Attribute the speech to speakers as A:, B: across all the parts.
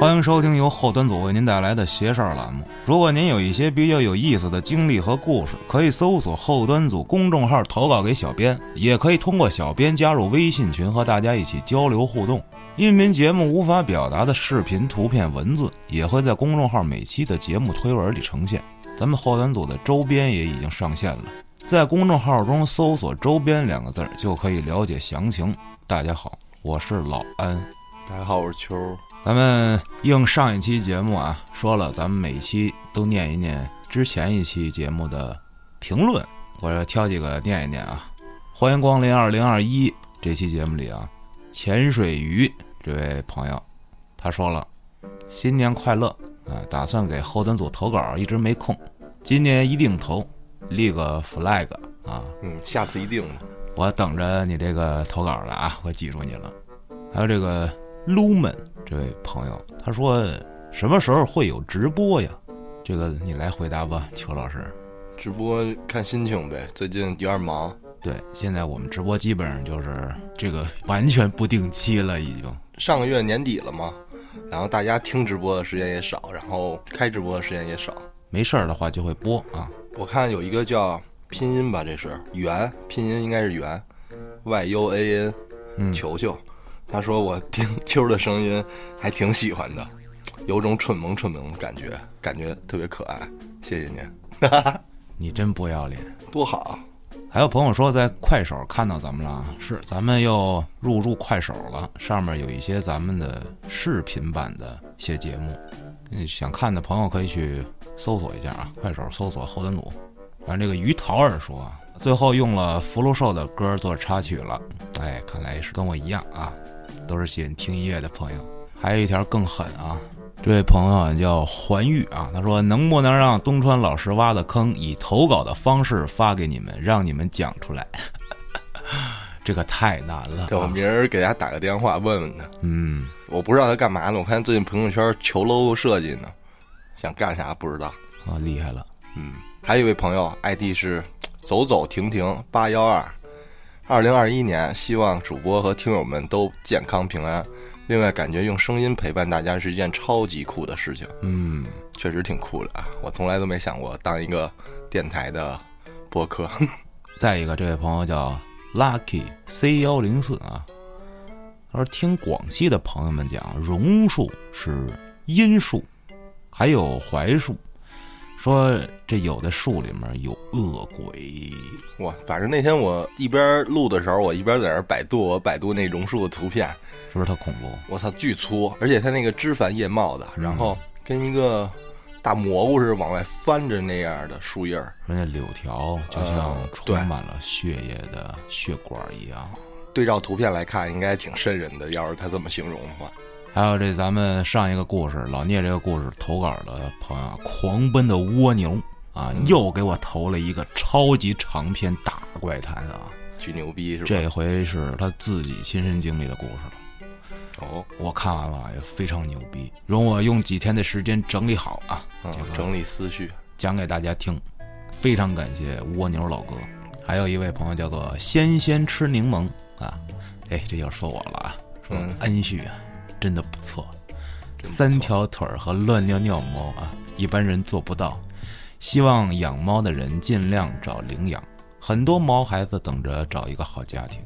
A: 欢迎收听由后端组为您带来的“邪事儿”栏目。如果您有一些比较有意思的经历和故事，可以搜索后端组公众号投稿给小编，也可以通过小编加入微信群和大家一起交流互动。音频节目无法表达的视频、图片、文字，也会在公众号每期的节目推文里呈现。咱们后端组的周边也已经上线了，在公众号中搜索“周边”两个字儿就可以了解详情。大家好，我是老安。
B: 大家好，我是秋儿。
A: 咱们应上一期节目啊，说了，咱们每期都念一念之前一期节目的评论，我挑几个念一念啊。欢迎光临二零二一这期节目里啊，潜啊水鱼这位朋友，他说了，新年快乐啊，打算给后端组投稿，一直没空，今年一定投，立个 flag 啊，
B: 嗯，下次一定
A: 我等着你这个投稿了啊，我记住你了。还有这个 Lumen 这位朋友，他说什么时候会有直播呀？这个你来回答吧，邱老师。
B: 直播看心情呗，最近呃有点忙。
A: 对，现在我们直播基本上就是这个完全不定期了，已经。
B: 上个月年底了嘛，然后大家听直播的时间也少，然后开直播的时间也少。
A: 没事儿的话就会播啊。
B: 我看有一个叫拼音吧，这是圆，拼音应该是圆，Y U A N，
A: 嗯
B: 球球，他说我听 秋儿的声音还挺喜欢的，有种蠢萌蠢萌的感觉，感觉特别可爱。谢谢您，
A: 你真不要脸。
B: 多好。
A: 还有朋友说在快手看到咱们了啊，是咱们又入驻快手了，上面有一些咱们的视频版的一些节目，嗯，想看的朋友可以去搜索一下啊，快手搜索后端组。然后这个于桃儿说啊，最后用了福禄寿的歌做插曲了，哎，看来是跟我一样啊，都是喜欢听音乐的朋友。还有一条更狠啊，这位朋友啊叫环玉啊，他说能不能让东川老师挖的坑以投稿的方式发给你们，让你们讲出来？ 这可太难了、啊
B: 对，我明儿给大家打个电话问问他。
A: 嗯，
B: 我不知道他干嘛呢。我看最近朋友圈求 logo 设计呢，想干啥不知道。
A: 啊，厉害了，
B: 嗯，还有一位朋友，ID 是走走停停八幺二，二零二一年，希望主播和听友们都健康平安。另外，感觉用声音陪伴大家是一件超级酷的事情，
A: 嗯，
B: 确实挺酷的啊！我从来都没想过当一个电台的播客。
A: 再一个，这位朋友叫 Lucky C 幺零四啊，他说听广西的朋友们讲，榕树是阴树，还有槐树，说这有的树里面有恶鬼，
B: 哇，反正那天我一边录的时候，我一边在那儿百度，我百度那榕树的图片，
A: 是不是特恐怖？
B: 我操，巨粗，而且它那个枝繁叶茂的，然后跟一个大蘑菇似的往外翻着那样的树叶儿，
A: 说那柳条就像
B: 呃
A: 充
B: 对
A: 满了血液的血管一样。
B: 对照图片来看，应该挺瘆人的。要是他这么形容的话，
A: 还有这咱们上一个故事老聂这个故事投稿的朋友啊，狂奔的蜗牛啊，又给我投了一个超级长篇大怪谈啊！
B: 巨牛逼是吧？
A: 这回是他自己亲身经历的故事了。
B: 哦，
A: 我看完了也啊非常牛逼，容我用几天的时间整理好啊，
B: 嗯
A: 这个，
B: 整理思绪，
A: 讲给大家听。非常感谢蜗牛老哥，还有一位朋友叫做仙仙吃柠檬啊，哎，这又说我了啊，说
B: 嗯
A: 安旭啊，真的不错，三条腿儿和乱尿尿猫啊，一般人做不到。希望养猫的人尽量找领养，很多毛孩子等着找一个好家庭。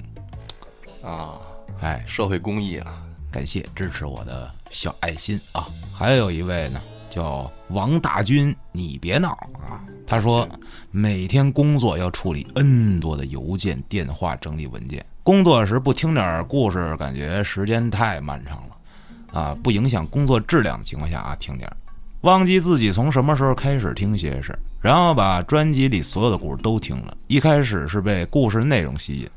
B: 啊，
A: 哎，
B: 社会公益啊，
A: 感谢支持我的小爱心啊！还有一位呢，叫王大军，你别闹啊！他说每天工作要处理 N 多的邮件、电话，整理文件。工作时不听点故事，感觉时间太漫长了啊！不影响工作质量的情况下啊，听点儿。忘记自己从什么时候开始听些事，然后把专辑里所有的故事都听了。一开始是被故事内容吸引，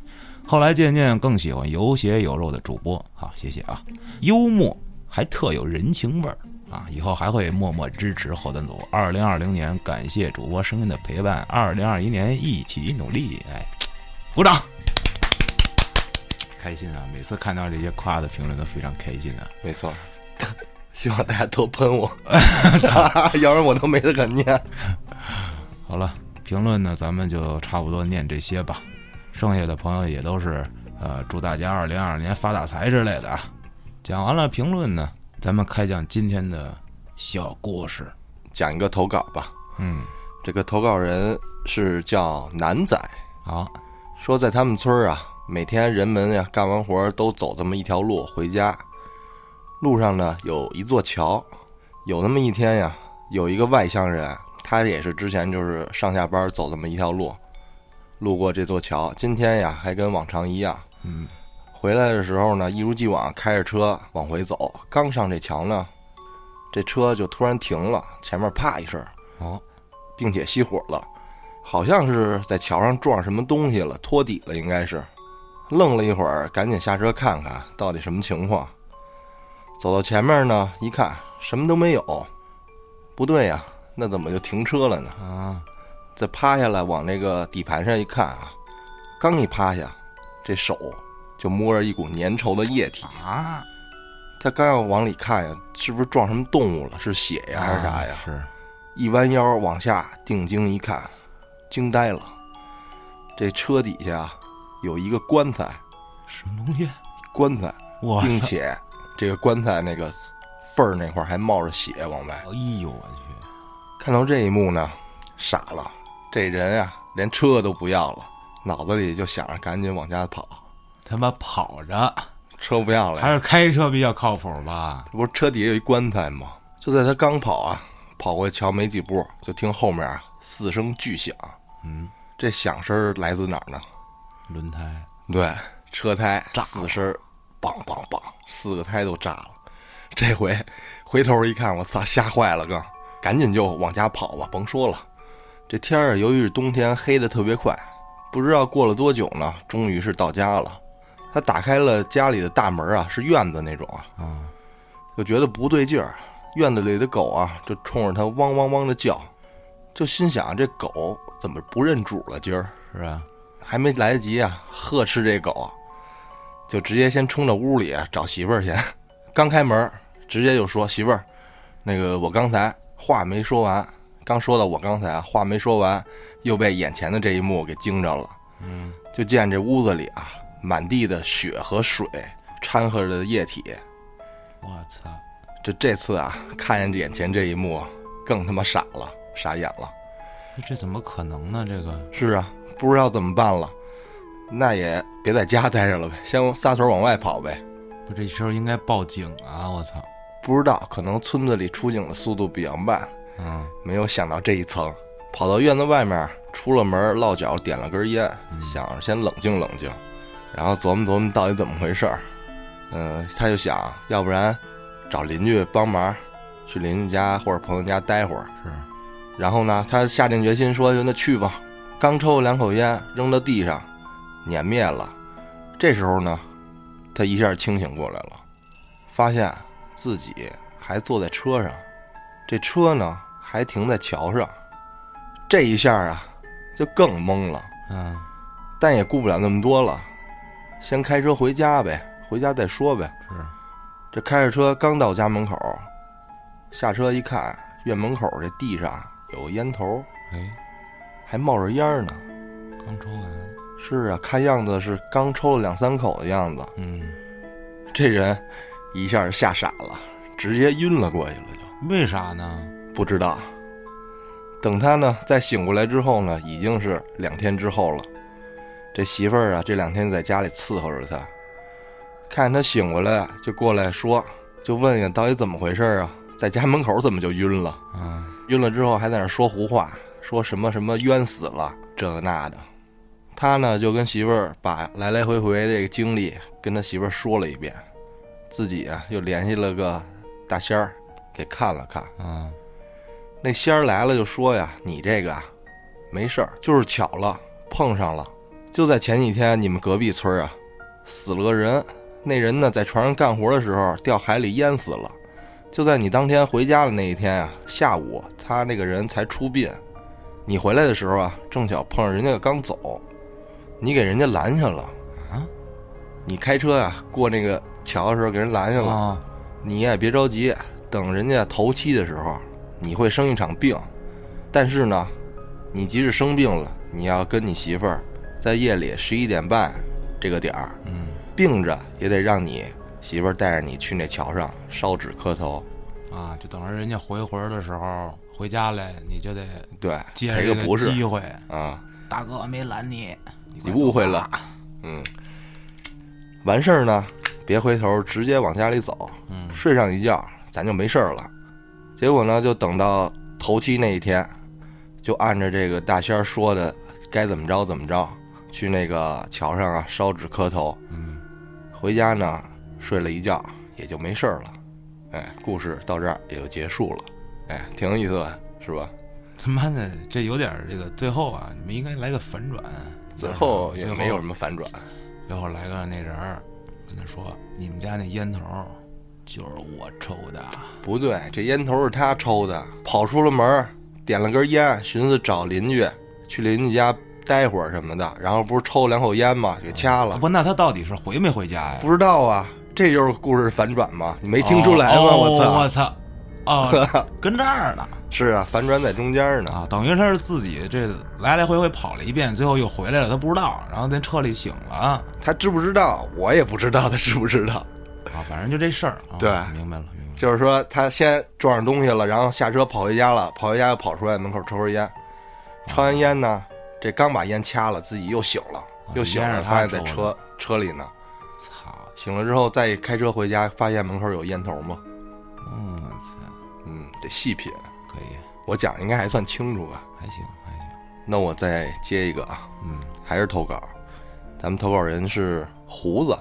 A: 后来渐渐更喜欢有血有肉的主播，好，谢谢啊，幽默还特有人情味儿啊，以后还会默默支持后端组。二零二零年，感谢主播声音的陪伴，二零二一年一起努力，哎，鼓掌，开心啊！每次看到这些夸的评论都非常开心啊。
B: 没错。 希望大家多 喷我， 要不然我都没得可念。
A: 好了，评论呢，咱们就差不多念这些吧，剩下的朋友也都是呃，祝大家二零二二年发大财之类的啊。讲完了评论呢，咱们开讲今天的小故事。
B: 讲一个投稿吧。
A: 嗯，
B: 这个投稿人是叫南仔，
A: 好，
B: 说在他们村儿啊，每天人们呀干完活儿都走这么一条路回家，路上呢有一座桥，有那么一天呀，有一个外乡人，他也是之前就是上下班走这么一条路，路过这座桥，今天呀还跟往常一样，
A: 嗯，
B: 回来的时候呢一如既往开着车往回走，刚上这桥呢，这车就突然停了，前面啪一声，
A: 好，
B: 并且熄火了，好像是在桥上撞上什么东西了，托底了，应该是。愣了一会儿，赶紧下车看看到底什么情况。走到前面呢，一看什么都没有，不对呀，那怎么就停车了呢？
A: 啊，
B: 再趴下来往那个底盘上一看啊，刚一趴下，这手就摸着一股粘稠的液体。
A: 啊，
B: 他刚要往里看呀，是不是撞什么动物了？是血呀还是啥呀？
A: 哎是，
B: 一弯腰往下定睛一看，惊呆了。这车底下有一个棺材，
A: 什么东西？
B: 棺材，
A: 我
B: 并
A: 操！
B: 且这个棺材那个缝儿那块儿还冒着血往外。
A: 哎呦我去！
B: 看到这一幕呢，傻了，这人啊连车都不要了，脑子里就想着赶紧往家跑，
A: 他妈跑着
B: 车不要了呀，
A: 还是开车比较靠谱吧？
B: 这不是车底下有一棺材吗？就在他刚跑啊，跑过桥没几步，就听后面啊四声巨响。
A: 嗯，
B: 这响声儿来自哪儿呢？
A: 轮胎
B: 对，车胎炸四声儿，梆梆梆，四个胎都炸了。这回回头一看，我操，吓坏了，刚赶紧就往家跑吧，甭说了。这天儿啊由于是冬天，黑的特别快，不知道过了多久呢，终于是到家了。他打开了家里的大门啊，是院子那种啊，
A: 啊，
B: 就觉得不对劲儿。院子里的狗啊，就冲着他汪汪汪的叫，就心想这狗怎么不认主了？今儿
A: 是吧？
B: 还没来得及啊呵斥这狗，就直接先冲到屋里啊找媳妇儿去。 刚开门，直接就说媳妇儿，那个我刚才话没说完，刚说到我刚才啊话没说完，又被眼前的这一幕给惊着了。
A: 嗯，
B: 就见这屋子里啊满地的血和水，掺和着液体。
A: 我操！
B: 这这次啊看见眼前这一幕，更他妈傻了，傻眼了。
A: 那这怎么可能呢？这个
B: 是啊，不知道怎么办了，那也别在家待着了呗，先撒腿往外跑呗。
A: 不，这时候应该报警啊！我操！
B: 不知道，可能村子里出警的速度比较慢，
A: 嗯，
B: 没有想到这一层。跑到院子外面，出了门，落脚点了根烟，想着先冷静冷静，然后琢磨琢磨到底怎么回事儿。嗯、他就想要不然找邻居帮忙，去邻居家或者朋友家待会儿。
A: 是
B: 然后呢，他下定决心说：“那去吧。”刚抽了两口烟，扔到地上，碾灭了。这时候呢，他一下清醒过来了，发现自己还坐在车上，这车呢还停在桥上。这一下啊，就更懵了，
A: 嗯，
B: 但也顾不了那么多了，先开车回家呗，回家再说呗。
A: 是
B: 这开着车刚到家门口，下车一看，院门口这地上有个烟头，
A: 哎，
B: 还冒着烟儿呢。
A: 刚抽完，
B: 是啊，看样子是刚抽了两三口的样子。
A: 嗯，
B: 这人一下就吓傻了，直接晕了过去了就，
A: 为啥呢？
B: 不知道。等他呢再醒过来之后呢，已经是两天之后了。这媳妇儿啊，这两天在家里伺候着他，看他醒过来就过来说，就问呀到底怎么回事儿啊？在家门口怎么就晕了？
A: 嗯，
B: 晕了之后还在那儿说胡话，说什么什么冤死了这个那的。他呢就跟媳妇儿把来来回回这个经历跟他媳妇儿说了一遍，自己啊又联系了个大仙儿给看了看。
A: 嗯，
B: 那仙儿来了就说呀：“你这个啊没事儿，就是巧了，碰上了。就在前几天，你们隔壁村儿啊死了个人，那人呢在船上干活的时候掉海里淹死了。就在你当天回家的那一天啊，下午他那个人才出殡。你回来的时候啊，正巧碰上人家刚走，你给人家拦下了。
A: 啊
B: 你开车啊过那个桥的时候给人拦下了。
A: 啊，
B: 你也别着急，等人家头七的时候，你会生一场病。但是呢，你即使生病了，你要跟你媳妇儿在夜里十一点半这个点儿
A: 嗯，
B: 病着，也得让你媳妇儿带着你去那桥上烧纸磕头，
A: 啊，就等着人家回魂的时候回家来，你就得
B: 对，
A: 接
B: 赔
A: 着
B: 个
A: 这
B: 不是
A: 机会。
B: 啊，
A: 大哥没拦你，你
B: 你误会了，嗯，完事儿呢，别回头，直接往家里走，
A: 嗯
B: 睡上一觉，咱就没事儿了。结果呢，就等到头七那一天，就按着这个大仙儿说的，该怎么着怎么着，去那个桥上啊烧纸磕头。
A: 嗯，
B: 回家呢，睡了一觉，也就没事儿了。哎，故事到这儿也就结束了。哎，挺有意思的，是吧？
A: 他妈的，这有点儿这个最后啊，你们应该来个反转，啊
B: 最后也
A: 嗯最后
B: 没有什么反转。
A: 最后来个那人儿跟他说，你们家那烟头儿就是我抽的，
B: 不对，这烟头是他抽的，跑出了门儿，点了根烟，寻思找邻居，去邻居家待会儿什么的，然后不是抽了两口烟吗？给掐了。
A: 啊不，那他到底是回没回家呀？
B: 不知道啊，这就是故事反转嘛，你没听出来吗？
A: 哦
B: 我操！
A: 我操！哦， 跟这儿呢
B: 是啊，反转在中间呢。
A: 啊，等于他是自己这来来回回跑了一遍，最后又回来了，他不知道，然后在车里醒了啊，
B: 他知不知道？我也不知道他知不知道。
A: 反正就这事儿啊。
B: 对
A: 明白了，明白了。
B: 就是说，他先撞上东西了，然后下车跑回家了，跑回家又跑出来门口抽根烟，抽完烟呢，这刚把烟掐了，自己又醒了，又
A: 哦
B: 醒
A: 烟
B: 了，
A: 是他
B: 发现在
A: 抽
B: 车车里呢。
A: 操，
B: 醒了之后再开车回家，发现门口有烟头嘛，
A: 我操，
B: 嗯，得细品。
A: 可以，
B: 我讲的应该还算清楚吧？
A: 还行，还行。
B: 那我再接一个啊，
A: 嗯，
B: 还是投稿，咱们投稿人是胡子，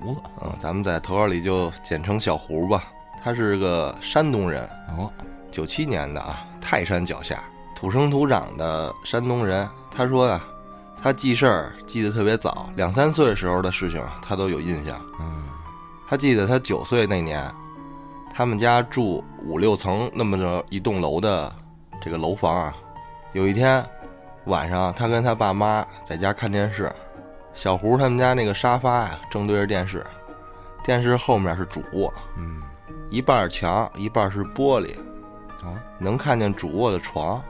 A: 胡子，
B: 嗯，咱们在投稿里就简称小胡吧。他是个山东人，
A: 哦，
B: 九七年的啊，泰山脚下，土生土长的山东人。他说啊，他记事儿记得特别早，两三岁的时候的事情啊他都有印象。
A: 嗯，
B: 他记得他九岁那年，他们家住五六层那么着一栋楼的这个楼房啊。有一天晚上，他跟他爸妈在家看电视，小胡他们家那个沙发呀、正对着电视，电视后面是主卧，
A: 嗯，
B: 一半儿墙，一半儿是玻璃，
A: 哦，
B: 能看见主卧的床。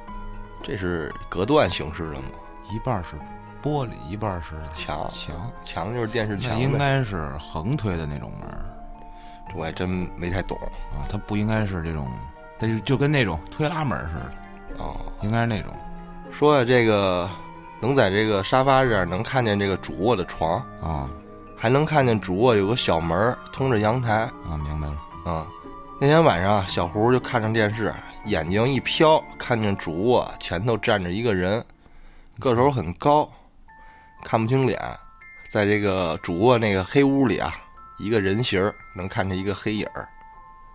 B: 这是隔断形式的嘛？
A: 一半是玻璃，一半是
B: 墙，
A: 墙，
B: 墙就是电视
A: 那
B: 墙
A: 应
B: 呗。
A: 该是横推的那种门儿
B: 这我还真没太懂
A: 啊，它不应该是这种，它就就跟那种推拉门儿似的，
B: 哦。
A: 应该是那种。
B: 说呀，这个能在这个沙发这儿能看见这个主卧的床，
A: 啊
B: 还能看见主卧有个小门儿通着阳台。
A: 啊，明白了。
B: 嗯，那天晚上啊，小胡就看着电视，眼睛一瞟，看见主卧前头站着一个人，个头很高，看不清脸，在这个主卧那个黑屋里啊，一个人形儿能看见一个黑影儿。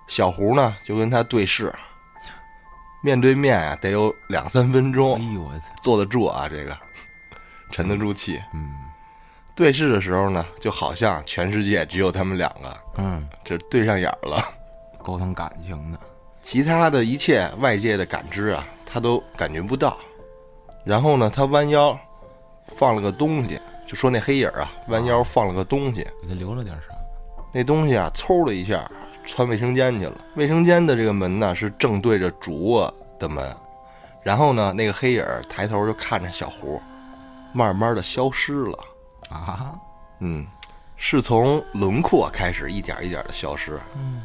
B: 小胡呢就跟他对视，面对面啊，得有两三分钟。
A: 哎呦我操，
B: 坐得住啊，这个沉得住气。
A: 嗯
B: 对视的时候呢，就好像全世界只有他们两个，
A: 嗯，
B: 这对上眼儿了。
A: 沟通感情的，
B: 其他的一切外界的感知啊，他都感觉不到。然后呢，他弯腰放了个东西，就说那黑影儿啊，弯腰放了个东西，
A: 给他留了点啥？
B: 那东西啊，嗖的一下窜卫生间去了。卫生间的这个门呢，是正对着主卧的门。然后呢，那个黑影儿抬头就看着小胡，慢慢的消失了。
A: 啊，
B: 嗯，是从轮廓开始一点一点的消失。嗯，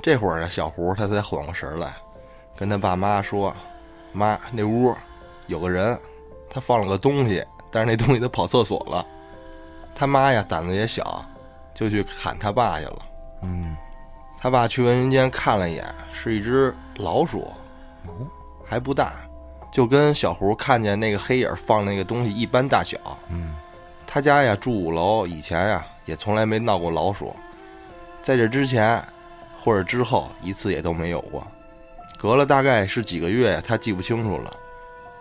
B: 这会儿呢，小胡他才缓过神儿来，跟他爸妈说：“妈，那屋有个人，他放了个东西，但是那东西他跑厕所了。”他妈呀，胆子也小，就去喊他爸去了。
A: 嗯，
B: 他爸去卫生间看了一眼，是一只老鼠，
A: 哦，
B: 还不大，就跟小胡看见那个黑影放那个东西一般大小。
A: 嗯，
B: 他家呀住五楼，以前呀也从来没闹过老鼠，在这之前或者之后一次也都没有过。隔了大概是几个月呀，他记不清楚了。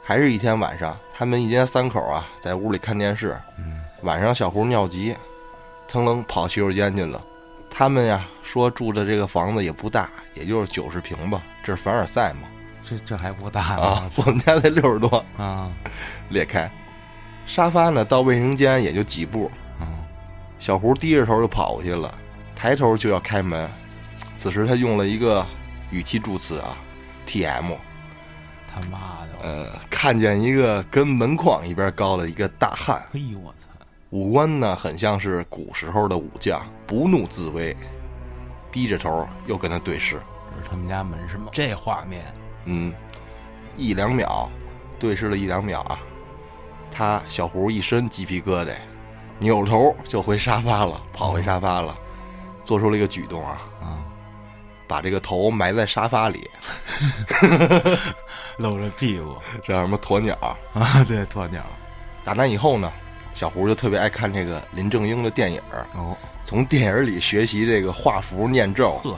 B: 还是一天晚上，他们一家三口啊在屋里看电视。
A: 嗯
B: 晚上小胡尿急，腾楞跑洗手间去了。他们呀说住的这个房子也不大，也就是九十平吧，这是凡尔赛嘛。
A: 这这还不大
B: 啊
A: 呢，
B: 我们家才六十多，
A: 啊
B: 裂开。沙发呢，到卫生间也就几步，
A: 啊，
B: 小胡低着头就跑过去了，抬头就要开门。此时他用了一个语气助词啊，TM，
A: 他妈的，
B: 呃，看见一个跟门框一边高的一个大汉，
A: 哎呦我操，
B: 五官呢很像是古时候的武将，不怒自威，低着头又跟他对视，
A: 这是他们家门市吗？这画面，
B: 嗯，一两秒，对视了一两秒啊，他小胡一身鸡皮疙瘩，扭头就回沙发了，跑回沙发了，做出了一个举动啊，
A: 嗯
B: 把这个头埋在沙发里，
A: 露着屁股
B: 叫什么鸵鸟。
A: 啊，对，鸵鸟。
B: 打那以后呢，小胡就特别爱看这个林正英的电影儿，
A: 哦，
B: 从电影儿里学习这个画符念咒
A: 呵，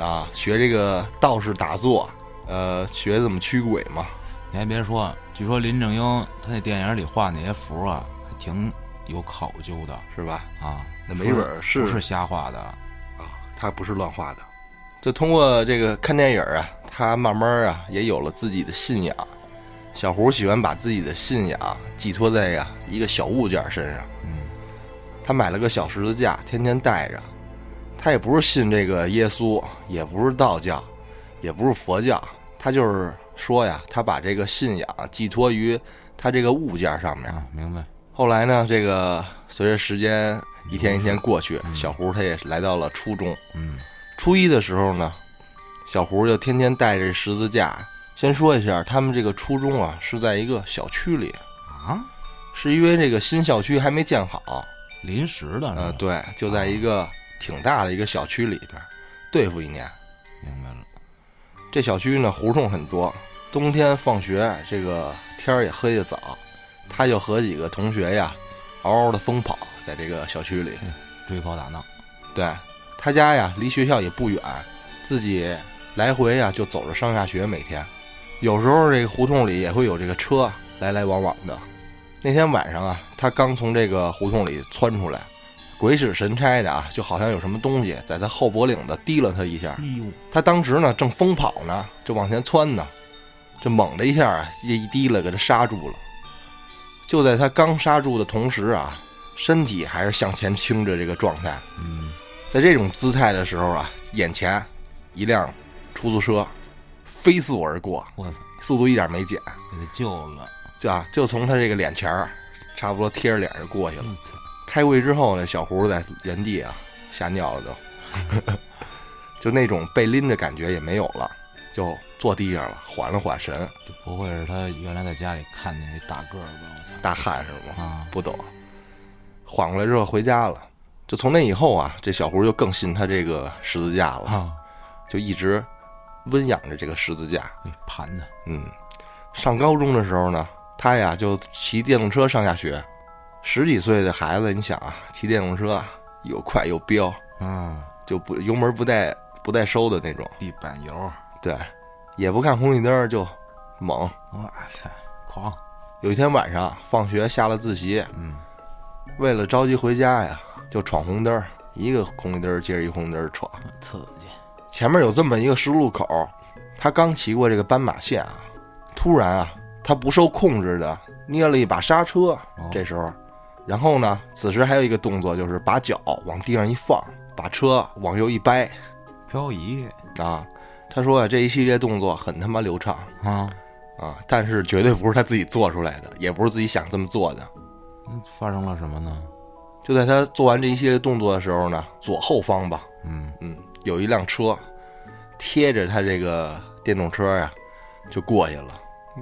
B: 啊，学这个道士打坐，呃，学怎么驱鬼嘛。
A: 你还别说，据说林正英他那电影里画那些符啊，还挺有考究的
B: 是吧？
A: 啊。
B: 那没准儿
A: 是
B: 是
A: 不是瞎画的？
B: 啊，他不是乱画的。就通过这个看电影儿啊，他慢慢儿啊也有了自己的信仰。小胡喜欢把自己的信仰寄托在呀、一个小物件儿身上。
A: 嗯，
B: 他买了个小十字架，天天带着。他也不是信这个耶稣，也不是道教，也不是佛教，他就是说呀，他把这个信仰寄托于他这个物件儿上面。
A: 啊，明白。
B: 后来呢，这个随着时间一天一天过去，小胡他也来到了初中。
A: 嗯，
B: 初一的时候呢，小胡就天天带着十字架。先说一下，他们这个初中啊是在一个小区里，
A: 啊，哦
B: 是因为这个新校区还没建好，
A: 临时的是吧
B: 呃，对，就在一个挺大的一个小区里边对付一年。
A: 明白了。
B: 这小区呢胡同很多，冬天放学这个天儿也黑得早，他就和几个同学呀嗷嗷的疯跑在这个小区里。
A: 追跑打闹，
B: 对他家呀，离学校也不远，自己来回呀就走着上下学，每天。有时候这个胡同里也会有这个车来来往往的。那天晚上啊，他刚从这个胡同里窜出来，鬼使神差的啊，就好像有什么东西在他后脖领子提了他一下
A: 哎。呦，
B: 他当时呢正疯跑呢，就往前窜呢，这猛的一下啊，这一滴了给他刹住了。就在他刚刹住的同时啊，身体还是向前倾着这个状态。
A: 嗯，
B: 在这种姿态的时候啊，眼前一辆出租车飞速而过，
A: 我操，
B: 速度一点没减，
A: 给他救了，
B: 就啊就从他这个脸前儿差不多贴着脸就过去
A: 我
B: 了。
A: 操，
B: 开过去之后呢，小胡在原地啊吓尿了都，就那种被拎着感觉也没有了，就坐地上了，缓了缓神，
A: 这不会是他原来在家里看见那大个儿吧？我操，
B: 大汗是吗？
A: 啊，
B: 不懂。缓过来之后回家了，就从那以后啊，这小胡就更信他这个十字架了，
A: 啊，
B: 就一直温养着这个十字架。
A: 那哎盘子，
B: 嗯，上高中的时候呢，他呀就骑电动车上下学。十几岁的孩子，你想啊，骑电动车又快又飙，
A: 嗯，
B: 就不油门不带不带收的那种，
A: 地板油，
B: 对，也不看红绿灯儿就猛。
A: 哇塞，狂，
B: 有一天晚上放学下了自习，
A: 嗯，
B: 为了着急回家呀，就闯红灯儿，一个红绿灯儿接着一红绿灯儿闯。
A: 刺激，
B: 前面有这么一个十字路口，他刚骑过这个斑马线啊，突然啊，他不受控制的捏了一把刹车，
A: 哦
B: 这时候，然后呢，此时还有一个动作就是把脚往地上一放，把车往右一掰
A: 漂移
B: 啊。他说啊，这一系列动作很他妈流畅
A: 啊，
B: 啊，但是绝对不是他自己做出来的，也不是自己想这么做的。
A: 那发生了什么呢？
B: 就在他做完这一系列动作的时候呢，左后方吧，
A: 嗯，
B: 嗯，有一辆车贴着他这个电动车呀、就过去了，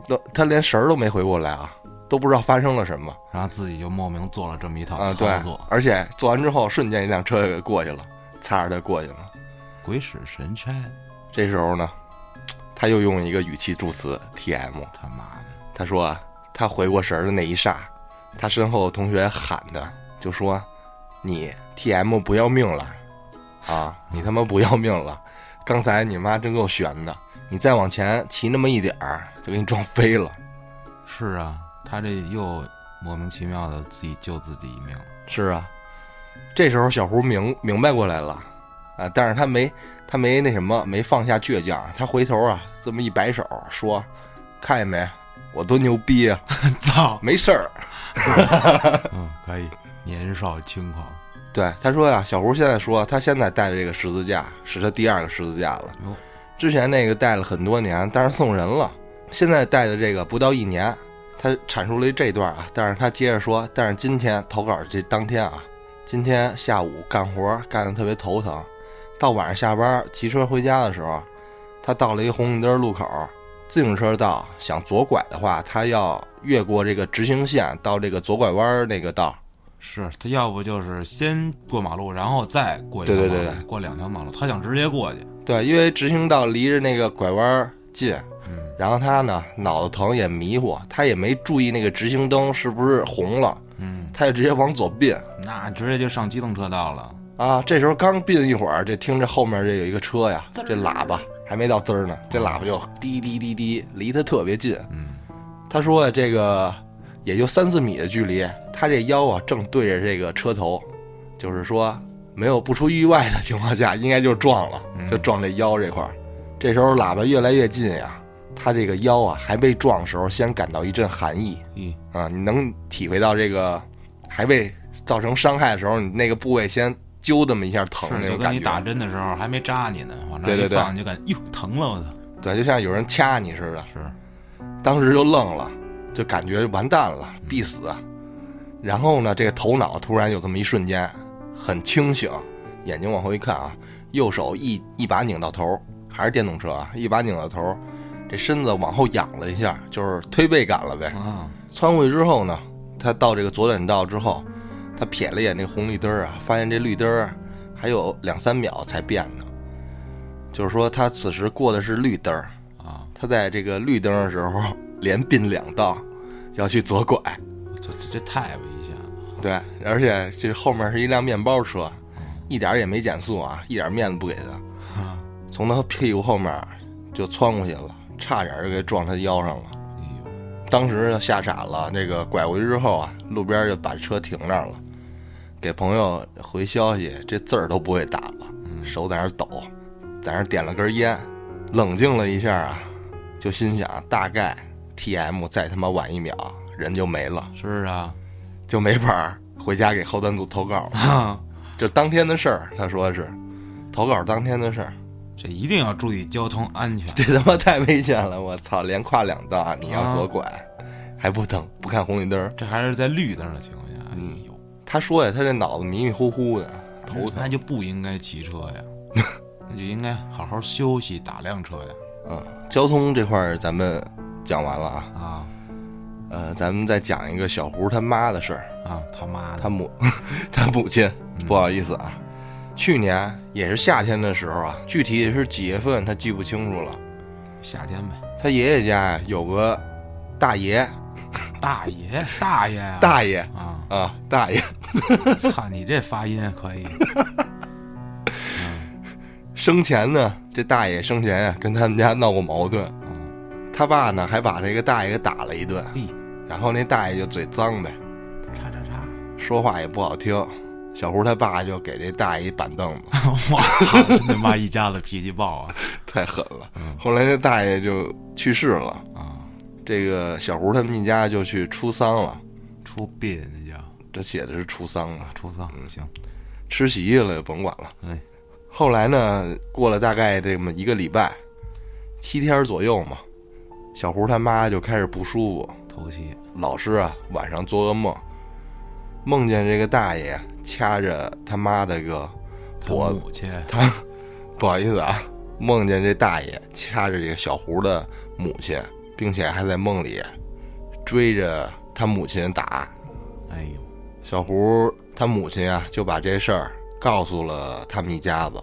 B: 都他连神儿都没回过来啊，都不知道发生了什么
A: 然后自己就莫名做了这么一套
B: 啊！对
A: 操作，，
B: 而且做完之后，瞬间一辆车就给过去了，擦着他过去了。
A: 鬼使神差，
B: 这时候呢，他又用一个语气助词 “T.M”，
A: 他妈的，
B: 他说啊，他回过神儿的那一刹，他身后同学喊他，就说：“你 T.M 不要命了啊！你他妈不要命了！刚才你妈真够悬的，你再往前骑那么一点儿，就给你撞飞了。
A: 是啊，他这又莫名其妙的自己救自己一 命，”
B: 是啊，这时候小胡明明白过来了啊，但是他没他没那什么，没放下倔强，他回头啊这么一摆手说：“看见没，我多牛逼啊！
A: 操，
B: 没事儿。”
A: 嗯，可以，年少轻狂，
B: 对，他说呀、小胡现在说他现在带着这个十字架是他第二个十字架了
A: 哟，
B: 之前那个带了很多年，但是送人了，现在带的这个不到一年，他阐述了这段啊，但是他接着说，但是今天投稿这当天啊，今天下午干活干得特别头疼，到晚上下班骑车回家的时候，他到了一红绿灯路口，自行车道想左拐的话，他要越过这个直行线到这个左拐弯儿那个道，
A: 是他要不就是先过马路，然后再过一
B: 对
A: 条
B: 对
A: 马
B: 对
A: 路过两条马路，他想直接过去，
B: 对，因为直行道离着那个拐弯儿近，
A: 嗯
B: 然后他呢脑子疼也迷糊，他也没注意那个直行灯是不是红了，
A: 嗯，
B: 他就直接往左并
A: 那直接就上机动车道了。
B: 啊。这时候刚并一会儿，这听着后面这有一个车呀，
A: 滋儿
B: 这喇叭还没到滋儿呢，这喇叭就滴滴滴滴，离他特别近。
A: 嗯，
B: 他说呀这个也就三四米的距离，他这腰啊正对着这个车头，就是说没有不出意外的情况下，应该就撞了，就撞这腰这块儿。这时候喇叭越来越近呀，他这个腰啊还被撞的时候，先感到一阵寒意
A: 咦，
B: 啊，你能体会到这个还未造成伤害的时候，你那个部位先揪这么一下疼
A: 是
B: 那
A: 就
B: 种
A: 跟
B: 感
A: 你
B: 觉，
A: 打针的时候还没扎你呢，往那
B: 对
A: 儿一
B: 对对
A: 放你就感觉哟疼了，我操！
B: 对，就像有人掐你似的。
A: 是，
B: 当时就愣了，就感觉完蛋了，必死。然后呢，这个头脑突然有这么一瞬间，很清醒，眼睛往后一看啊，右手一一把拧到头，还是电动车啊，一把拧到头，这身子往后仰了一下，就是推背感了呗。
A: 啊，
B: 窜过去之后呢，他到这个左转道之后，他瞥了一眼那红绿灯儿啊，发现这绿灯儿还有两三秒才变呢，就是说他此时过的是绿灯儿。
A: 啊，
B: 他在这个绿灯的时候连并两道，要去左拐，
A: 这这这太危险了。
B: 对，而且这后面是一辆面包车，一点儿也没减速啊，一点儿面子不给他，
A: 啊
B: 从他屁股后面就窜过去了，差点儿就给撞他腰上了。
A: 哎呦，
B: 当时就吓傻了，那个拐回去之后啊，路边就把车停那儿了，给朋友回消息，这字儿都不会打了，手在那儿抖，在那儿点了根烟，冷静了一下啊，就心想大概 T M 再他妈晚一秒人就没了，
A: 是啊，
B: 就没法儿回家给后端组投稿了，
A: 啊，
B: 就当天的事儿，他说的是投稿当天的事儿，
A: 这一定要注意交通安全。
B: 这他妈太危险了，我操，连跨两道啊你要左拐，还不等不看红绿灯儿。
A: 这还是在绿灯的情况下，哎呦，
B: 他说呀，他这脑子迷迷糊糊的，嗯头疼。
A: 那就不应该骑车 呀，那就应该好好休息，打辆车呀。
B: 嗯，交通这块儿咱们讲完了啊，
A: 啊
B: 呃，咱们再讲一个小胡他妈的事儿。
A: 啊，他妈的
B: 他母， 他母亲，不好意思啊，去年也是夏天的时候啊，具体是几月份他记不清楚了。
A: 夏天呗，
B: 他爷爷家呀有个大爷，
A: 大爷大爷啊
B: 大爷
A: 啊，
B: 啊，大爷
A: 操你这发音可以，
B: 生前呢，这大爷生前呀跟他们家闹过矛盾，
A: 嗯
B: 他爸呢还把这个大爷给打了一顿
A: 嘿，
B: 然后那大爷就嘴脏呗。
A: 叉叉叉，
B: 说话也不好听。小胡他爸就给这大爷一板凳子，
A: 我操，真他妈一家子脾气暴啊
B: 太狠了。后来那大爷就去世了，
A: 啊，
B: 这个小胡他们一家就去出丧了。
A: 出殡那叫
B: 这写的是出丧啊，
A: 出丧，行，
B: 吃喜宴了就甭管了。
A: 哎，
B: 后来呢，过了大概这么一个礼拜，七天左右嘛，小胡他妈就开始不舒服，
A: 头七，
B: 老是啊晚上做噩梦，梦见这个大爷掐着他妈的个
A: 他
B: 脖子。
A: 母亲
B: 他不好意思啊，梦见这大爷掐着这个小胡的母亲，并且还在梦里追着他母亲打。
A: 哎呦，
B: 小胡他母亲啊，就把这事儿告诉了他们一家子，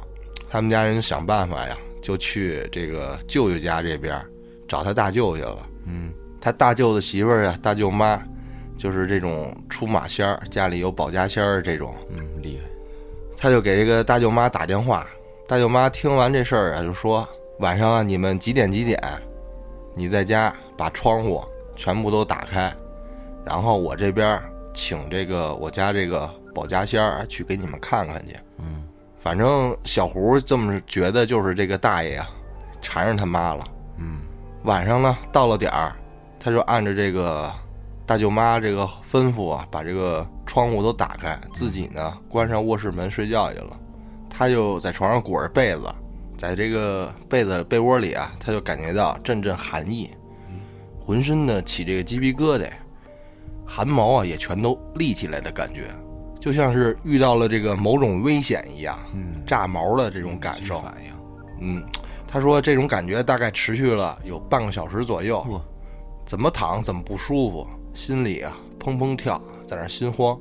B: 他们家人想办法呀，就去这个舅舅家这边儿找他大舅去了。
A: 嗯，
B: 他大舅的媳妇儿啊，大舅妈，就是这种出马仙儿，家里有保家仙儿这种，
A: 嗯，厉害，
B: 他就给这个大舅妈打电话。大舅妈听完这事儿啊，就说晚上啊，你们几点几点，你在家把窗户全部都打开，然后我这边请这个我家这个保家仙儿去给你们看看去。
A: 嗯，
B: 反正小胡这么觉得，就是这个大爷啊，缠上他妈了。
A: 嗯，
B: 晚上呢，到了点儿，他就按着这个大舅妈这个吩咐啊，把这个窗户都打开，自己呢关上卧室门睡觉去了。他就在床上裹着被子，在这个被子被窝里啊，他就感觉到阵阵寒意。浑身的起这个鸡皮疙瘩，汗毛啊也全都立起来的感觉，就像是遇到了这个某种危险一样，
A: 嗯，
B: 炸毛的这种感
A: 及时
B: 受。
A: 反应，
B: 嗯，他说这种感觉大概持续了有半个小时左右
A: 哇，
B: 怎么躺怎么不舒服，心里啊砰砰跳，在那儿心慌。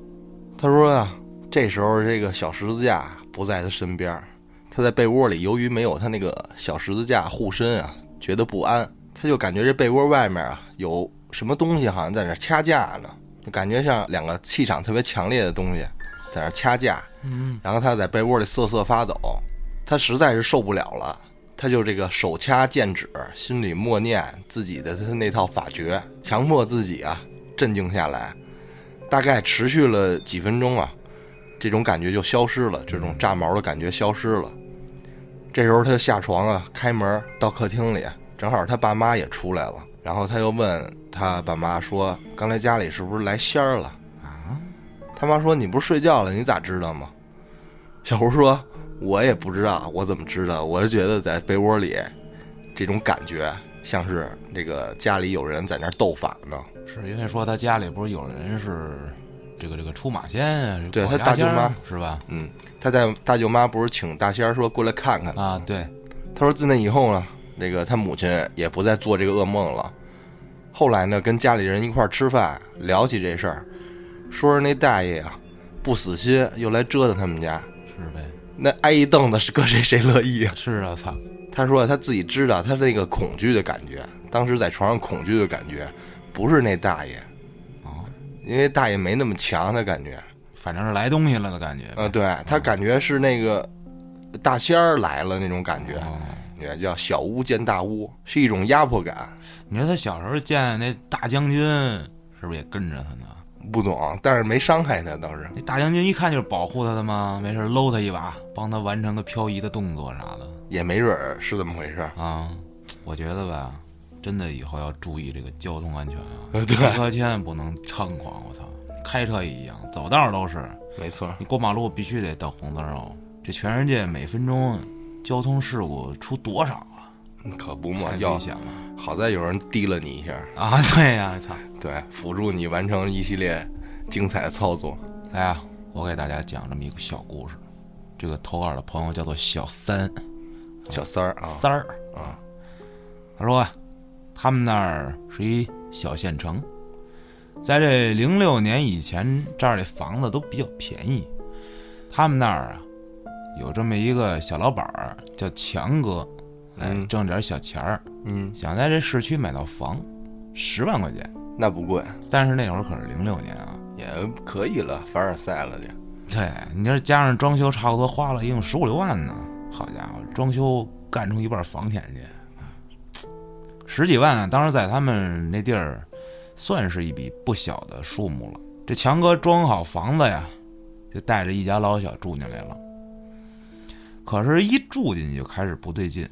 B: 他说啊，这时候这个小十字架不在他身边儿，他在被窝里，由于没有他那个小十字架护身啊，觉得不安，他就感觉这被窝外面啊有什么东西好像在那儿掐架呢，就感觉像两个气场特别强烈的东西在那儿掐架，
A: 嗯，
B: 然后他在被窝里瑟瑟发抖，他实在是受不了了，他就这个手掐剑指，心里默念自己的他那套法诀，强迫自己啊镇静下来，大概持续了几分钟啊，这种感觉就消失了，这种炸毛的感觉消失了。这时候他下床啊，开门到客厅里，啊正好他爸妈也出来了，然后他又问他爸妈说：“刚才家里是不是来仙儿了？”啊，他妈说：“你不是睡觉了，你咋知道吗？”小胡说：“我也不知道，我怎么知道？我是觉得在被窝里，这种感觉像是这个家里有人在那儿斗法呢。
A: 是因为说他家里不是有人是这个这个出马仙啊，
B: 对
A: 搞
B: 他大
A: 牙仙儿
B: 舅妈
A: 是吧？
B: 嗯，他在大舅妈不是请大仙儿说过来看看
A: 啊，对，
B: 他说自那以后呢，这个他母亲也不再做这个噩梦了。后来呢，跟家里人一块儿吃饭，聊起这事儿，说是那大爷啊不死心，又来折腾他们家。
A: 是呗，
B: 那挨一凳子是搁谁谁乐意啊？
A: 是啊，操，
B: 他说他自己知道他那个恐惧的感觉，当时在床上恐惧的感觉，不是那大爷，
A: 哦，
B: 因为大爷没那么强的感觉。
A: 反正是来东西了的感觉，
B: 呃，对他感觉是那个大仙儿来了那种感觉，
A: 哦
B: 也叫小巫见大巫，是一种压迫感。
A: 你说他小时候见那大将军，是不是也跟着他呢？
B: 不懂，但是没伤害他倒是。
A: 那大将军一看就是保护他的嘛，没事搂他一把，帮他完成个漂移的动作啥的
B: 也没准儿是这么回事儿。
A: 啊。我觉得吧，真的以后要注意这个交通安全啊，
B: 呃
A: 骑
B: 对
A: 车千万不能猖狂，我操！开车也一样，走道都是，
B: 没错，
A: 你过马路必须得等红灯哦。这全世界每分钟交通事故出多少啊？
B: 可不嘛
A: 太，危
B: 要
A: 险了
B: 好在有人提了你一下，
A: 啊！ 对呀、操！
B: 对，辅助你完成一系列精彩的操作。
A: 来啊，我给大家讲这么一个小故事。这个投稿的朋友叫做小三，
B: 小三儿啊，
A: 三儿啊，他说啊他们那儿是一小县城，在这零六年以前，这儿的房子都比较便宜。他们那儿啊，有这么一个小老板儿叫强哥，哎，
B: 嗯
A: 挣点小钱儿，
B: 嗯，
A: 想在这市区买套房，十万块钱。
B: 那不贵，啊
A: 但是那会儿可是零六年啊，
B: 也可以了，凡尔赛了就。
A: 对你这加上装修，差不多花了一共十五六万呢。好家伙，装修干出一半房钱去，十几万、啊，当时在他们那地儿，算是一笔不小的数目了。这强哥装好房子呀，就带着一家老小住进来了。可是，一住进去就开始不对劲，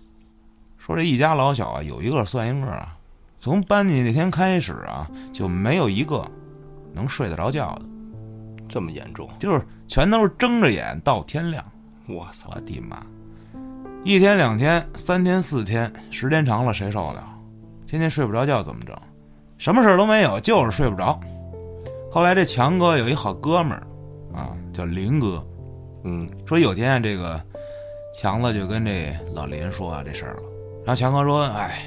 A: 说这一家老小啊，有一个算一个啊，从搬进去那天开始啊，就没有一个能睡得着觉的。
B: 这么严重，
A: 就是全都是睁着眼到天亮。
B: 我操！
A: 我的妈！一天两天三天四天，时间长了谁受得了？天天睡不着觉怎么整？什么事儿都没有，就是睡不着。后来这强哥有一好哥们儿，啊，叫林哥，
B: 嗯，
A: 说有天啊这个强子就跟这老林说啊这事儿了，然后强哥说：“哎，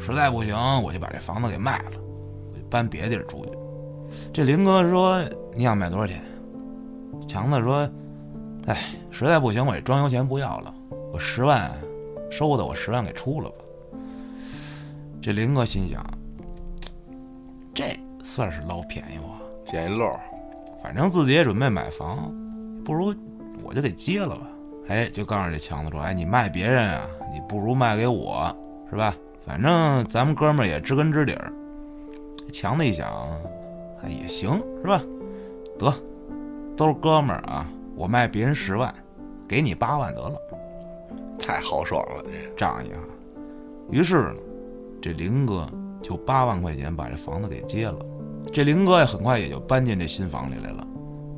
A: 实在不行，我就把这房子给卖了，我就搬别地儿住去。”这林哥说：“你想卖多少钱？”强子说：“哎，实在不行，我这装修钱不要了，我十万收的，我十万给出了吧。”这林哥心想：“这算是捞便宜我、
B: 捡一漏儿，
A: 反正自己也准备买房，不如我就给接了吧。哎，就告诉这强子说，哎，你卖别人啊，你不如卖给我，是吧？反正咱们哥们儿也知根知底儿。强子一想，哎，也行，是吧？得，都是哥们儿啊，我卖别人十万，给你八万得了。
B: 太豪爽了，这
A: 仗义哈。于是呢，这林哥就八万块钱把这房子给接了。这林哥呀，很快也就搬进这新房里来了。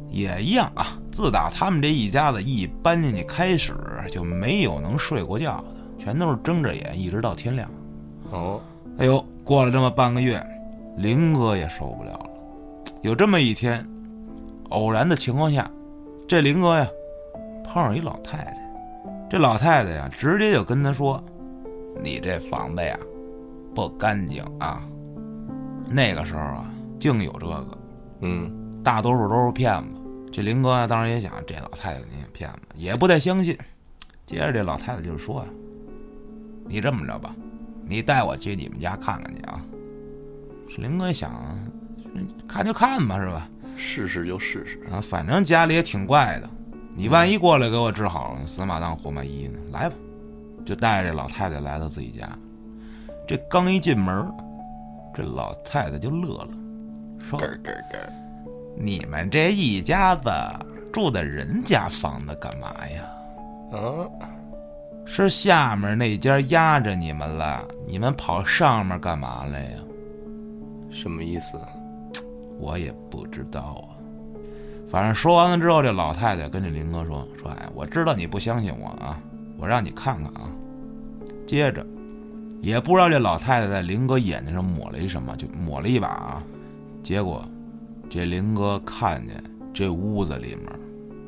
A: 也一样啊，自打他们这一家子一搬进去开始，就没有能睡过觉的，全都是睁着眼一直到天亮。
B: 哦，
A: 哎呦，过了这么半个月，林哥也受不了了。有这么一天，偶然的情况下，这林哥呀碰上一老太太，这老太太呀直接就跟他说：“你这房子呀不干净啊。”那个时候啊，净有这个，
B: 嗯，
A: 大多数都是骗子。这林哥啊，当时也想，这老太太您也骗子，也不太相信。接着这老太太就说呀、你这么着吧，你带我去你们家看看去啊。”这林哥一想，看就看吧，是吧？
B: 试试就试试，
A: 啊，反正家里也挺怪的，你万一过来给我治好了，死马当活马医呢？来吧，就带着老太太来到自己家。这刚一进门儿，这老太太就乐了，说
B: 咯儿咯儿咯儿，：“
A: 你们这一家子住在人家房子干嘛呀？
B: 嗯，
A: 是下面那家压着你们了，你们跑上面干嘛来呀？”
B: 什么意思？
A: 我也不知道啊。反正说完了之后，这老太太跟这林哥说：“说哎，我知道你不相信我啊，我让你看看啊。”接着，也不知道这老太太在林哥眼睛上抹了一什么，就抹了一把啊。结果，这林哥看见这屋子里面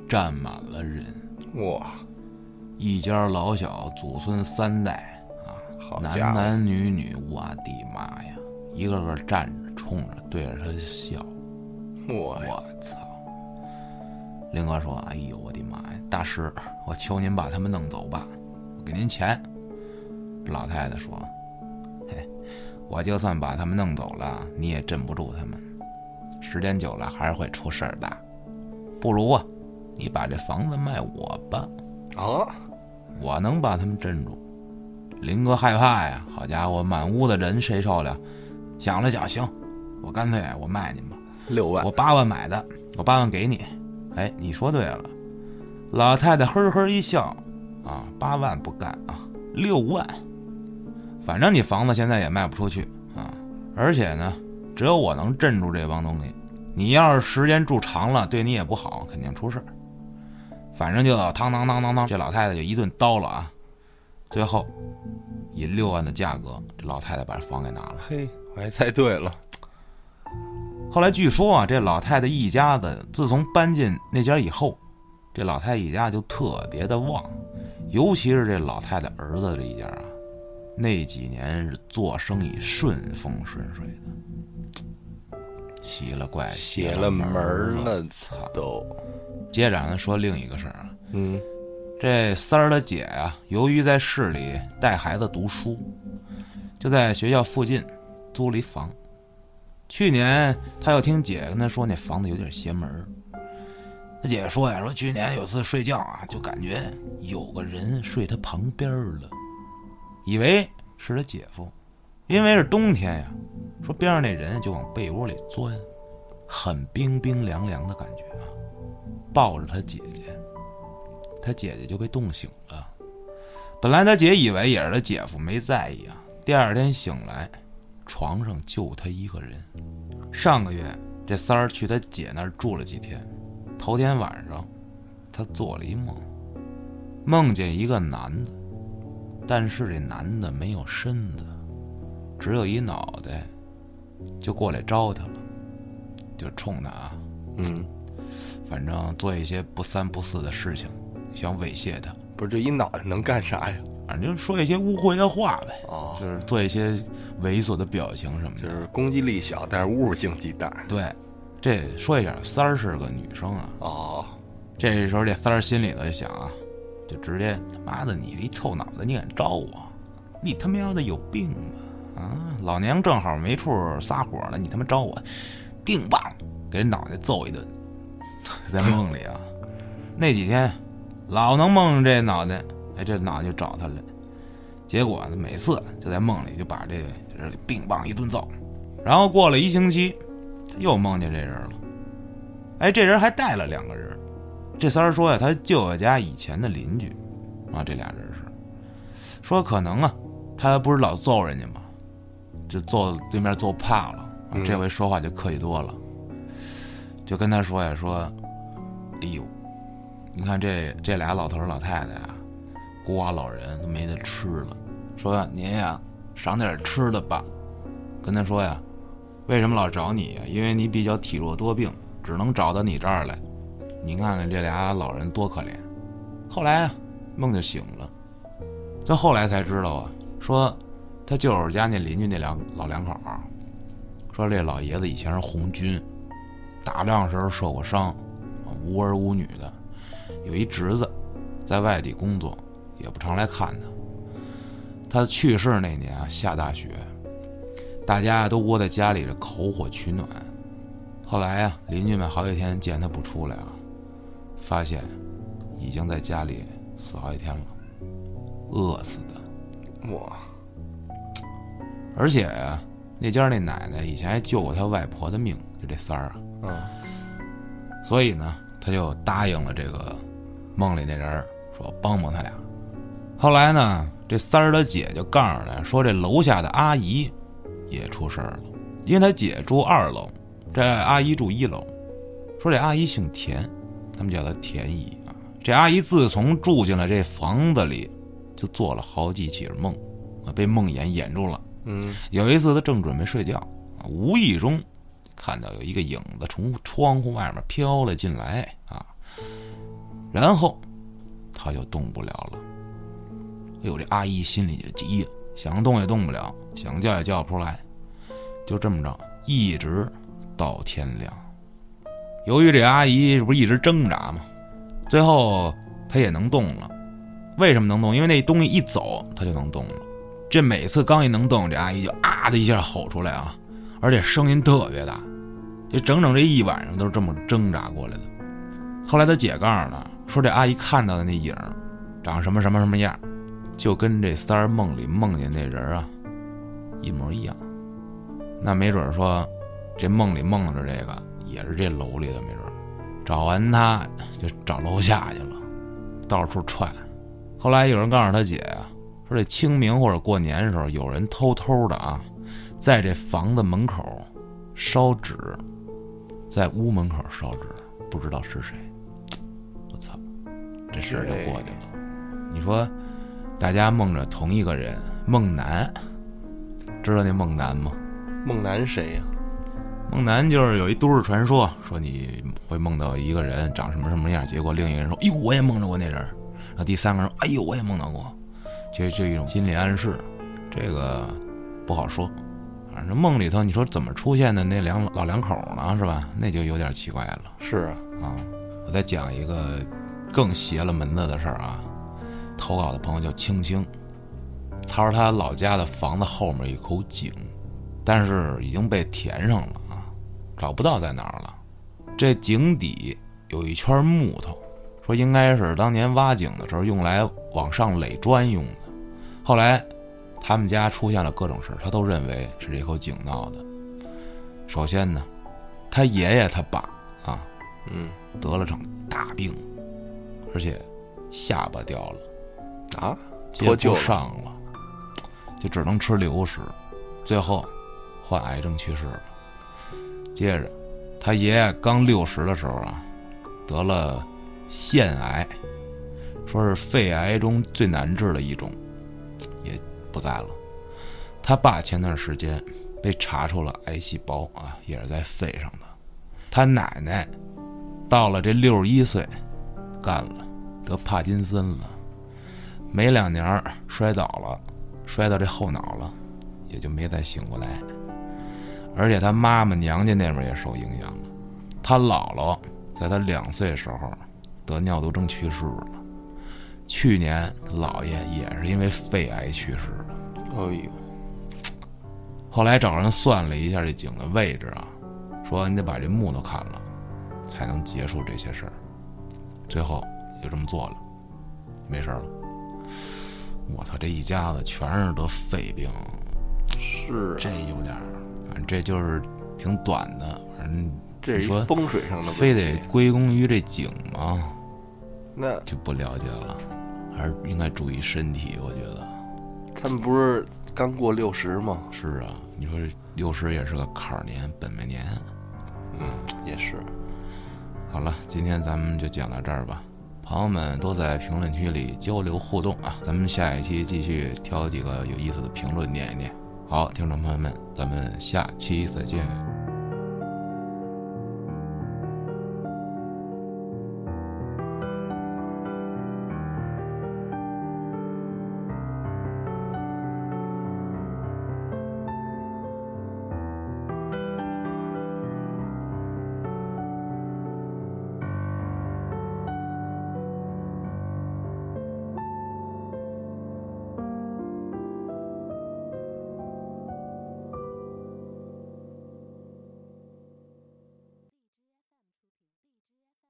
A: 站满了人，
B: 哇，
A: 一家老小，祖孙三代啊，
B: 好
A: 男
B: 家伙
A: 男女女，我的妈呀，一个个站着，冲着对着他笑。
B: 我呀
A: 我操！林哥说：“哎呦，我的妈呀，大师，我求您把他们弄走吧，我给您钱。”老太太说：“嘿，我就算把他们弄走了，你也镇不住他们，时间久了还是会出事儿的。不如啊，你把这房子卖我吧，
B: 啊，
A: 我能把他们镇住。”林哥害怕呀，好家伙，满屋的人谁受得了？想了想，行，我干脆我卖你们吧。
B: 六万
A: 我，八万买的，我八万给你。哎，你说对了。老太太呵呵一笑，啊，八万不干啊，六万。反正你房子现在也卖不出去啊，而且呢，只有我能镇住这帮东西。你要是时间住长了，对你也不好，肯定出事儿。反正就当当当当当，这老太太就一顿叨了啊。最后，以六万的价格，这老太太把房给拿了。
B: 嘿，我还猜对了，
A: 后来据说啊，这老太太一家子自从搬进那家以后，这老太太一家就特别的旺，尤其是这老太太儿子这一家啊，那几年是做生意顺风顺水的，奇了怪，
B: 邪了门儿
A: 了。
B: 了，操都，
A: 接着咱说另一个事儿啊，
B: 嗯，
A: 这三儿的姐啊，由于在市里带孩子读书，就在学校附近租了一房。去年她又听姐跟她说那房子有点邪门儿。她姐说呀，说去年有次睡觉啊，就感觉有个人睡她旁边儿了，以为是她姐夫，因为是冬天呀，说边上那人就往被窝里钻，很冰冰凉凉的感觉啊，抱着她姐姐。他姐姐就被冻醒了。本来他姐以为也是他姐夫，没在意啊。第二天醒来，床上就他一个人。上个月这三儿去他姐那儿住了几天，头天晚上，他做了一梦，梦见一个男的，但是这男的没有身子，只有一脑袋，就过来招他了，就冲他啊，
B: 嗯，
A: 反正做一些不三不四的事情，想猥亵他，
B: 不是这一脑袋能干啥呀？
A: 反正就说一些污秽的话呗，
B: 哦，
A: 就是做一些猥琐的表情什么
B: 就
A: 的。
B: 是攻击力小，但是物性极大，
A: 对，这说一下，三儿是个女生啊。
B: 哦，
A: 这时候这三儿心里头就想啊，就直接他妈的你一臭脑袋，你敢招我？你他喵的有病吧？啊，老娘正好没处撒火呢，你他妈招我，定棒，给人脑袋揍一顿， 在梦里啊。 那几天老能梦着这脑袋，哎，这脑袋就找他来。结果呢，每次就在梦里就把这人给冰棒一顿揍。然后过了一星期，他又梦见这人了。哎，这人还带了两个人。这三儿说呀，他舅舅家以前的邻居，啊，这俩人是，说可能啊，他不是老揍人家吗？就揍对面揍怕了，啊
B: 嗯
A: 这回说话就客气多了，就跟他说呀，说，哎呦，你看这这俩老头儿老太太啊，孤寡老人都没得吃了，说您呀、赏点吃的吧，跟他说呀，为什么老找你呀？啊因为你比较体弱多病，只能找到你这儿来。你看看这俩老人多可怜。后来啊，梦就醒了，这后来才知道啊，说他舅舅家那邻居那两老两口儿，说这老爷子以前是红军，打仗时候受过伤，无儿无女的，有一侄子，在外地工作，也不常来看他。他去世那年啊，下大雪，大家都窝在家里这口火取暖。后来呀、邻居们好几天见他不出来啊，发现已经在家里死好几天了，饿死的。
B: 我
A: 而且呀，那家那奶奶以前还救过他外婆的命，就这三儿啊。
B: 嗯
A: 所以呢，他就答应了这个梦里那人儿，说帮帮他俩。后来呢，这三儿他姐就告诉他说，这楼下的阿姨也出事儿了，因为他姐住二楼，这阿姨住一楼。说这阿姨姓田，他们叫她田姨啊。这阿姨自从住进了这房子里，就做了好几起梦，啊，被梦魇魇住了。
B: 嗯
A: 有一次，他正准备睡觉，啊无意中看到有一个影子从窗户外面飘了进来啊，然后他就动不了了。哎呦，这阿姨心里就急呀，想动也动不了，想叫也叫不出来，就这么着一直到天亮。由于这阿姨这不是一直挣扎吗？最后她也能动了。为什么能动？因为那东西一走，她就能动了。这每次刚一能动，这阿姨就啊的一下吼出来啊，而且声音特别大，这整整这一晚上都是这么挣扎过来的。后来他姐告诉他说，这阿姨看到的那影儿长什么什么什么样，就跟这三儿梦里梦见那人啊一模一样。那没准儿说，这梦里梦着这个也是这楼里的，没准儿找完他就找楼下去了，到处窜。后来有人告诉他姐呀、说这清明或者过年的时候，有人偷偷的啊，在这房子门口烧纸，在屋门口烧纸，不知道是谁。我操，这事儿就过去了。你说，大家梦着同一个人，梦楠，知道那梦楠吗？
B: 梦男谁呀、
A: 梦楠就是有一都市传说，说你会梦到一个人长什么什么样，结果另一个人说：“哎呦，我也梦着过那人儿。”然后第三个人说：“哎呦，我也梦到过。”这这一种心理暗示，这个不好说。反正梦里头，你说怎么出现的那两老两口呢，是吧？那就有点奇怪了。
B: 是啊，
A: 啊，我再讲一个更邪了门子的事儿啊。投稿的朋友叫青青，他说他老家的房子后面有一口井，但是已经被填上了啊，找不到在哪儿了。这井底有一圈木头，说应该是当年挖井的时候用来往上垒砖用的。后来他们家出现了各种事儿，他都认为是这口井闹的。首先呢，他爷爷他爸啊，
B: 嗯
A: 得了场大病，而且下巴掉了，
B: 啊，
A: 接
B: 脱臼
A: 不
B: 了，
A: 上了，就只能吃流食，最后患癌症去世了。接着，他爷爷刚六十的时候啊，得了腺癌，说是肺癌中最难治的一种，也不在了。他爸前段时间被查出了癌细胞啊，也是在肺上的。他奶奶到了这六十一岁，干了，得帕金森了，没两年儿摔倒了，摔到这后脑了，也就没再醒过来。而且他妈妈娘家那边也受影响了，他姥姥在他两岁时候得尿毒症去世了，去年姥爷也是因为肺癌去世的。
B: 哎呦，
A: 后来找人算了一下这井的位置啊，说你得把这木头砍了，才能结束这些事儿。最后就这么做了，没事儿了。我操，这一家子全是得肺病，
B: 是啊
A: 这有点儿，反正这就是挺短的，反正
B: 这
A: 你
B: 是
A: 说
B: 一风水上的问题，
A: 非得归功于这井吗？
B: 那
A: 就不了解了，还是应该注意身体，我觉得。
B: 他们不是刚过六十吗？
A: 是啊，你说六十也是个坎儿年，本命年。
B: 嗯，也是，
A: 好了，今天咱们就讲到这儿吧。朋友们都在评论区里交流互动啊，咱们下一期继续挑几个有意思的评论念一念。好，听众朋友们，咱们下期再见。